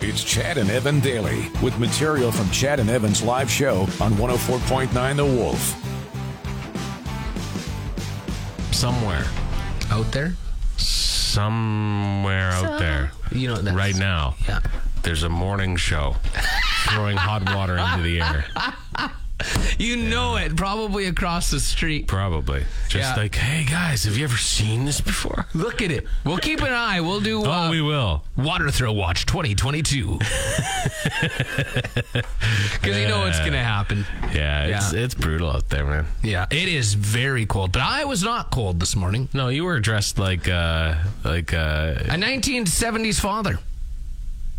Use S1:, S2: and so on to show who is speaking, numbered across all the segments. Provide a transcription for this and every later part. S1: It's Chad and Evan daily with material from Chad and Evan's live show on 104.9 The Wolf.
S2: somewhere
S3: out there.
S2: somewhere out there
S3: You know, that's,
S2: right now
S3: Yeah.
S2: there's a morning show throwing hot water into the air
S3: You know it. Probably across the street.
S2: probably just
S3: Yeah.
S2: like hey guys have you ever seen this before
S3: Look at it. We'll keep an eye. We'll do. Uh,
S2: oh we will
S3: Water Throw Watch 2022. Because you know what's going to happen.
S2: yeah it's it's brutal out there man
S3: Yeah, it is very cold. But I was not cold this morning.
S2: no you were dressed like uh like uh
S3: A 1970s father.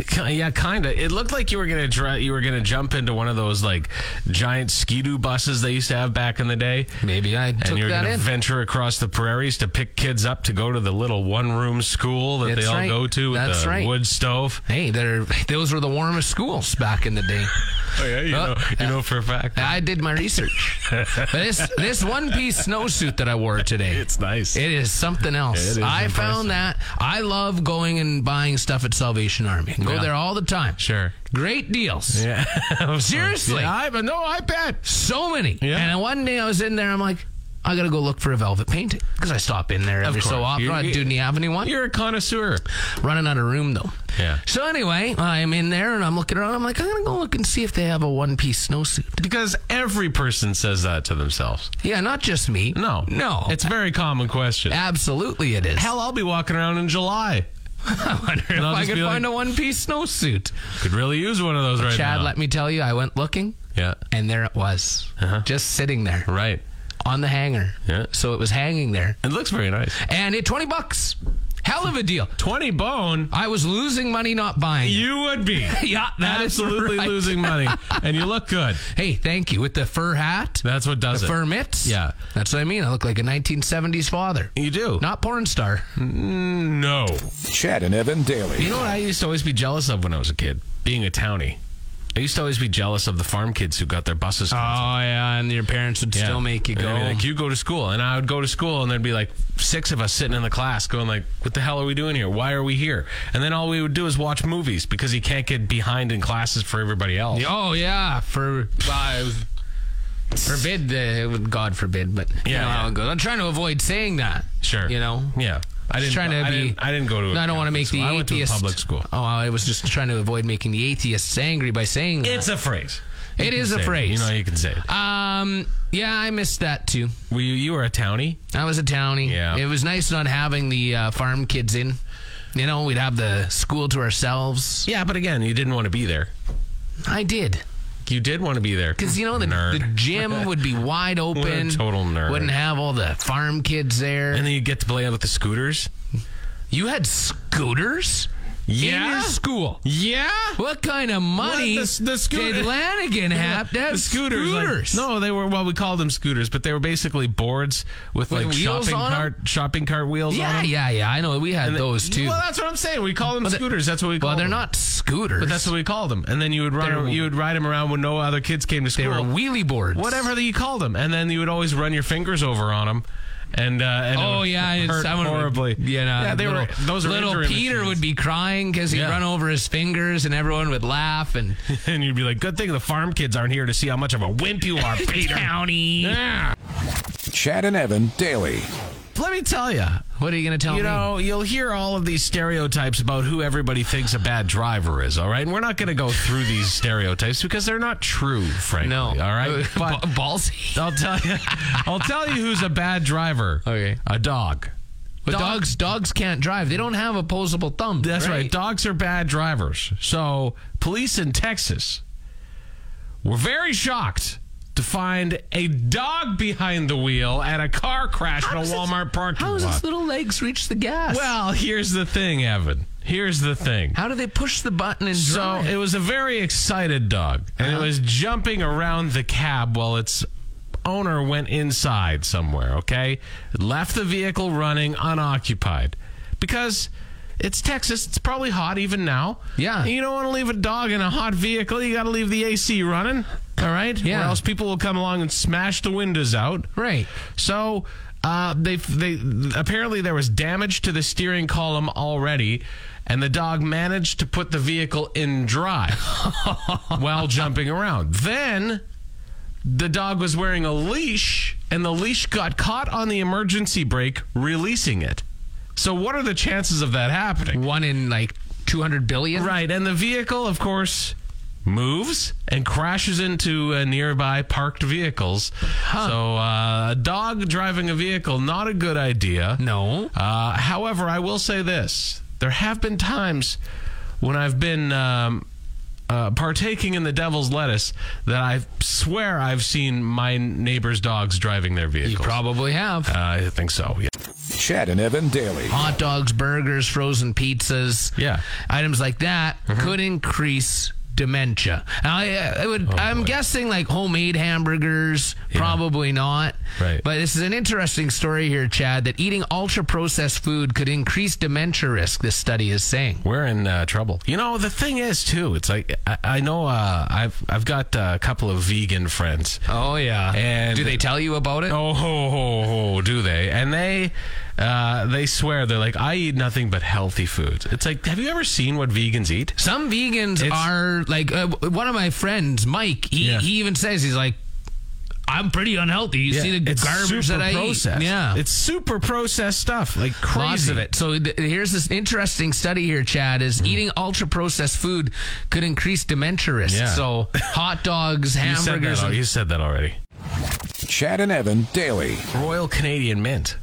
S2: Ki- Yeah, kind of. It looked like you were gonna dr- you were gonna jump into one of those like giant skidoo buses they used to have back in the day,
S3: Maybe I
S2: and
S3: took
S2: you're
S3: that
S2: gonna
S3: in.
S2: venture across the prairies to pick kids up to go to the little one room school that
S3: That's
S2: they all
S3: right.
S2: go to with
S3: That's
S2: the
S3: right.
S2: wood stove.
S3: hey, they're, those were the warmest schools back in the day.
S2: Oh yeah, you
S3: Oh,
S2: know, you know for a fact
S3: I did my research. But this this one piece snowsuit that I wore today.
S2: it's nice.
S3: It is something else.
S2: It is
S3: I
S2: impressive.
S3: found that I love going and buying stuff at Salvation Army. Go
S2: Yeah.
S3: there all the time.
S2: Sure.
S3: Great deals.
S2: yeah,
S3: Seriously.
S2: Yeah, I but no, I bet.
S3: So many.
S2: Yeah.
S3: And one day I was in there, I'm like, I gotta go look for a velvet painting because I stop in there every so
S2: course.
S3: often.
S2: You-
S3: I
S2: you-
S3: do the Avenue one.
S2: You're a connoisseur.
S3: running out of room though.
S2: Yeah.
S3: So anyway, I'm in there and I'm looking around. I'm like, I'm gonna go look and see if they have a one piece snowsuit.
S2: Because every person says that to themselves.
S3: Yeah, not just me.
S2: No,
S3: no.
S2: It's a very common question.
S3: absolutely it is.
S2: Hell, I'll be walking around in July.
S3: I wonder if
S2: I'll
S3: I
S2: just
S3: could
S2: be like-
S3: find a one piece snowsuit.
S2: Could really use one of those right
S3: Chad,
S2: now.
S3: let me tell you, I went looking
S2: yeah,
S3: and there it was, just sitting there
S2: right.
S3: on the hanger.
S2: Uh-huh. Yeah.
S3: So it was hanging there,
S2: It looks very nice.
S3: and it twenty bucks. Hell of a deal.
S2: 20 bone,
S3: I was losing money not buying. it.
S2: you would be.
S3: yeah, that is
S2: Absolutely
S3: right.
S2: losing money. And you look good.
S3: Hey, thank you with the fur hat.
S2: That's what does
S3: the
S2: it.
S3: fur mitts.
S2: Yeah.
S3: That's what I mean. I look like a 1970s father.
S2: You do.
S3: Not porn star.
S2: Oh, no.
S1: Chad and Evan daily.
S2: You know what I used to always be jealous of when I was a kid? Being a townie. I used to always be jealous of the farm kids who got their buses.
S3: yeah, and your parents would
S2: Uh, Yeah. And they'd be like, you go to school. And I would go to school, and there'd be like six of us sitting in the class going like, what the hell are we doing here? Why are we here? And then all we would do is watch movies because you can't get behind in classes for everybody else.
S3: oh yeah, for uh, forbid the God forbid, but you
S2: Yeah,
S3: know how
S2: yeah.
S3: it goes. I'm trying to avoid saying that.
S2: Sure.
S3: You know.
S2: Yeah. I didn't,
S3: Just trying to
S2: I
S3: be-
S2: Didn't, I didn't go to a
S3: I don't want
S2: Catholic
S3: to make the
S2: school. I went to a
S3: atheist-
S2: public school.
S3: Oh, I was just trying to avoid making the atheists angry by saying that.
S2: It's a phrase.
S3: It
S2: You can
S3: is a
S2: say
S3: phrase.
S2: You know, you can say it.
S3: um, yeah, I missed that too.
S2: Were you, you were a townie?
S3: I was a townie.
S2: Yeah.
S3: It was nice not having the uh, farm kids in. You know, we'd have the school to ourselves.
S2: Yeah, but again, you didn't want to be there.
S3: I did.
S2: You did want to be there.
S3: Because, you know, the,
S2: Nerd.
S3: the gym would be wide open.
S2: What a total nerd.
S3: Wouldn't have all the farm kids there.
S2: and then you get to play with the scooters.
S3: you had scooters? In
S2: Yeah?
S3: your school.
S2: Yeah.
S3: What kind of money
S2: the s- the scoo-
S3: did Lanigan have to have
S2: The scooters. like-
S3: scooters?
S2: no, they were well, we called them scooters, but they were basically boards with,
S3: With
S2: like
S3: wheels
S2: shopping
S3: on 'em?
S2: cart shopping cart wheels on
S3: Yeah,
S2: them.
S3: yeah, yeah. I know. We had those too.
S2: Well, that's what I'm saying. We call them
S3: they-
S2: scooters. that's what we call
S3: Well, they're
S2: them.
S3: not scooters.
S2: But that's what we called them. And then you would run,
S3: They're-
S2: you would ride them around when no other kids came to school.
S3: they were wheelie boards.
S2: whatever that you called them, and then you would always run your fingers over on them, and, uh, and it
S3: Oh
S2: would
S3: yeah, it's,
S2: hurt
S3: I would've-
S2: horribly.
S3: Yeah, no,
S2: yeah, they were
S3: little-
S2: those are
S3: little
S2: injury
S3: Peter
S2: machines.
S3: would be crying because he'd
S2: Yeah.
S3: run over his fingers, and everyone would laugh and
S2: and you'd be like, "Good thing the farm kids aren't here to see how much of a wimp you are, Peter."
S3: County.
S2: Yeah.
S1: Chad and Evan daily.
S2: Let me tell you,
S3: What are you gonna tell
S2: you
S3: me?
S2: know, you'll hear all of these stereotypes about who everybody thinks a bad driver is. All right, and we're not going to go through these stereotypes because they're not true, frankly.
S3: no.
S2: all right,
S3: Ba-
S2: but
S3: ballsy.
S2: I'll tell you, I'll tell you who's a bad driver.
S3: Okay.
S2: a dog.
S3: But
S2: Dog-
S3: dogs, dogs can't drive. They don't have opposable thumbs.
S2: That's right. Dogs are bad drivers. So, police in Texas were very shocked to find a dog behind the wheel at a car crash in a
S3: does its-
S2: Walmart parking
S3: How does
S2: lot.
S3: its little legs reach the gas?
S2: well, here's the thing, Evan. Here's the thing.
S3: How do they push the button and
S2: So
S3: drive?
S2: it was a very excited dog, and
S3: Uh-huh.
S2: it was jumping around the cab while its owner went inside somewhere, okay? It left the vehicle running unoccupied because it's Texas. It's probably hot even now.
S3: Yeah.
S2: You don't want to leave a dog in a hot vehicle. You got to leave the AC running, all right? Or
S3: Yeah.
S2: else people will come along and smash the windows out.
S3: right.
S2: So uh, they they apparently there was damage to the steering column already, and the dog managed to put the vehicle in drive while jumping around. Then the dog was wearing a leash, and the leash got caught on the emergency brake, releasing it. So what are the chances of that happening?
S3: One in like 200 billion.
S2: Right, and the vehicle, of course, moves and crashes into uh, nearby parked vehicles. So, uh, a dog driving a vehicle, not a good idea.
S3: No.
S2: Uh, however, I will say this there have been times when I've been. Um, uh, partaking in the devil's lettuce, that I swear I've seen my neighbor's dogs driving their vehicles.
S3: You probably have.
S2: Uh, I think so. Yeah.
S1: Chad and Evan daily.
S3: Hot dogs, burgers, frozen pizzas.
S2: Yeah.
S3: Items like that could increase dementia. And I, I would I'm guessing like homemade hamburgers, probably not.
S2: Right.
S3: But this is an interesting story here, Chad, that eating ultra processed food could increase dementia risk, this study is saying.
S2: We're in uh, trouble. You know, the thing is too. It's like I, I know uh, I've I've got uh, a couple of vegan friends.
S3: Oh yeah.
S2: And-
S3: do they tell you about it?
S2: Oh, ho, ho, ho, do they? And they uh, they swear they're like I eat nothing but healthy foods. It's like have you ever seen what vegans eat?
S3: Some vegans
S2: It's-
S3: are like uh, w- one of my friends, Mike. He,
S2: Yeah.
S3: he even says he's like, I'm pretty unhealthy. You see the
S2: it's
S3: garbage
S2: super
S3: that I
S2: processed.
S3: eat. Yeah,
S2: it's super processed stuff. Like crazy. Hmm.
S3: lots of it. So th- here's this interesting study here, Chad. Is eating ultra processed food could increase dementia risk.
S2: Yeah.
S3: So hot dogs,
S2: You said,
S3: hamburgers.
S2: that, al- you said that already.
S1: Chad and Evan daily.
S2: Royal Canadian Mint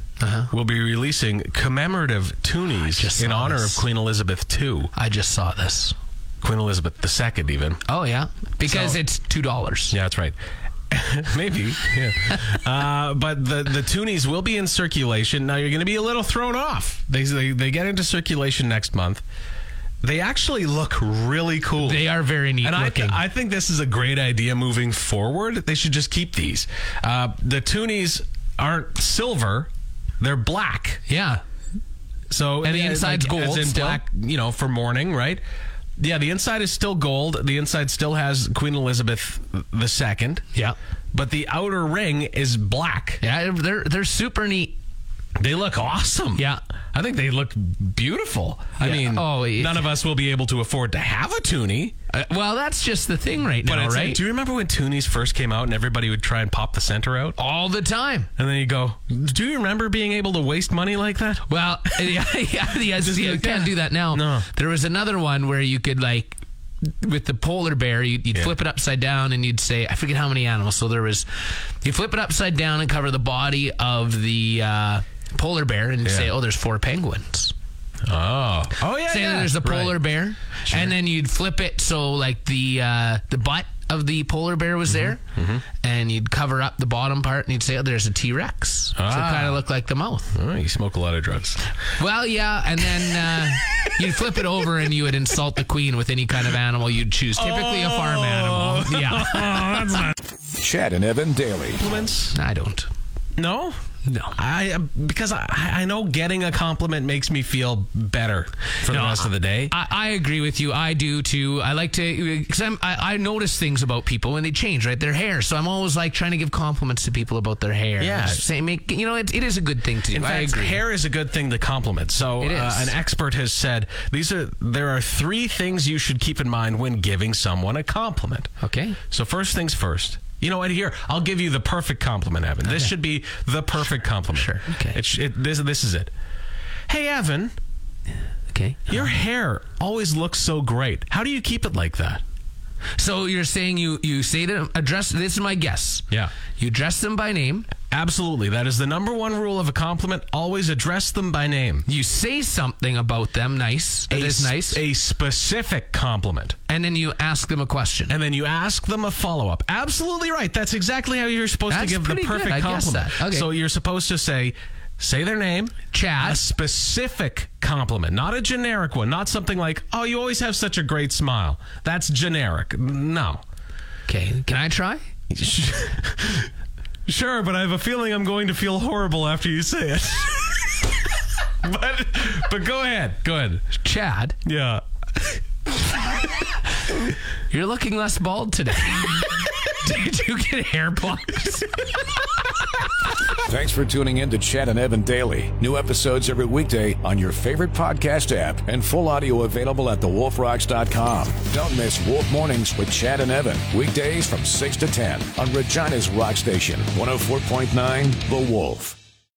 S2: will be releasing commemorative
S3: Uh-huh. just
S2: toonies in
S3: saw
S2: honor
S3: this.
S2: of Queen Elizabeth II,
S3: I just saw this.
S2: Queen Elizabeth II, even.
S3: Oh yeah, because it's two dollars.
S2: Yeah, that's right. Maybe, yeah. uh, but the the toonies will be in circulation. Now you're going to be a little thrown off. They, they they get into circulation next month. They actually look really cool.
S3: They are very neat
S2: and I,
S3: looking.
S2: I think this is a great idea moving forward. They should just keep these. Uh, the toonies aren't silver; they're black.
S3: yeah,
S2: So
S3: And the
S2: yeah,
S3: inside's gold
S2: as in
S3: still?
S2: black, you know, for mourning, right? Yeah, the inside is still gold. The inside still has Queen Elizabeth II.
S3: Yeah.
S2: but the outer ring is black.
S3: yeah. They're they're super neat.
S2: They look awesome.
S3: Yeah.
S2: I think they look beautiful. I
S3: Yeah.
S2: mean,
S3: Oh, yeah.
S2: none of us will be able to afford to have a toonie.
S3: Uh, well, that's just the thing right
S2: But
S3: now,
S2: it's like,
S3: right?
S2: do you remember when toonies first came out and everybody would try and pop the center out?
S3: All the time.
S2: And then you go, do you remember being able to waste money like that?
S3: Well, yeah, yeah, yeah, see, you can't do that now.
S2: No.
S3: There was another one where you could like with the polar bear, you'd, you'd flip it upside down and you'd say, I forget how many animals. So there was, you flip it upside down and cover the body of the uh, polar bear and say, oh, there's four penguins.
S2: Oh, oh yeah.
S3: Say
S2: yeah.
S3: there's the polar
S2: Right.
S3: bear, and then you'd flip it so like the uh, the butt of the polar bear
S2: Mm-hmm.
S3: was there, and you'd cover up the bottom part and you'd say, oh, there's a T Rex. So it
S2: Ah.
S3: kind of looked like the mouth.
S2: Oh, you smoke a lot of drugs.
S3: Well, yeah, and then uh, you'd flip it over and you would insult the queen with any kind of animal you'd choose, typically a farm
S2: Oh.
S3: animal. Yeah,
S1: Chad and Evan daily.
S2: Compliments?
S3: I don't.
S2: No.
S3: No.
S2: I uh, because I I know getting a compliment makes me feel better for the
S3: No,
S2: rest of the day.
S3: I, I agree with you. I do too. I like to because I, I notice things about people and they change, right? Their hair. So I'm always like trying to give compliments to people about their hair.
S2: Yeah.
S3: say make you know it, it is a good thing to do.
S2: In
S3: I
S2: fact,
S3: agree.
S2: hair is a good thing to compliment. So,
S3: It
S2: uh,
S3: is.
S2: an expert has said these are there are three things you should keep in mind when giving someone a compliment.
S3: Okay.
S2: So first things first. You know what? Here, I'll give you the perfect compliment, Evan. This should be the perfect compliment.
S3: sure, okay.
S2: It sh- it, this this is it. Hey, Evan,
S3: Okay.
S2: your hair always looks so great. How do you keep it like that?
S3: So you're saying you you say to address. This is my guess.
S2: Yeah.
S3: You dress them by name.
S2: Absolutely. That is the number one rule of a compliment. Always address them by name.
S3: You say something about them nice. That is
S2: s-
S3: nice.
S2: A specific compliment.
S3: and then you ask them a question.
S2: And then you ask them a follow up. Absolutely right. That's exactly how you're supposed
S3: That's
S2: to give the
S3: pretty good.
S2: perfect
S3: I guess
S2: compliment.
S3: that. Okay.
S2: So you're supposed to say, say their name, a
S3: Chat.
S2: specific compliment, not a generic one, not something like, "Oh, you always have such a great smile." That's generic. No.
S3: Okay, can I try?
S2: Sure, but I have a feeling I'm going to feel horrible after you say it. but but go ahead. Go ahead.
S3: Chad,
S2: Yeah.
S3: you're looking less bald today. Did you get hair plugs?
S1: Thanks for tuning in to Chad and Evan Daily. New episodes every weekday on your favorite podcast app and full audio available at thewolfrocks.com. Don't miss Wolf Mornings with Chad and Evan. oh Weekdays from 6 to 10 on Regina's Rock Station, 104.9 The Wolf.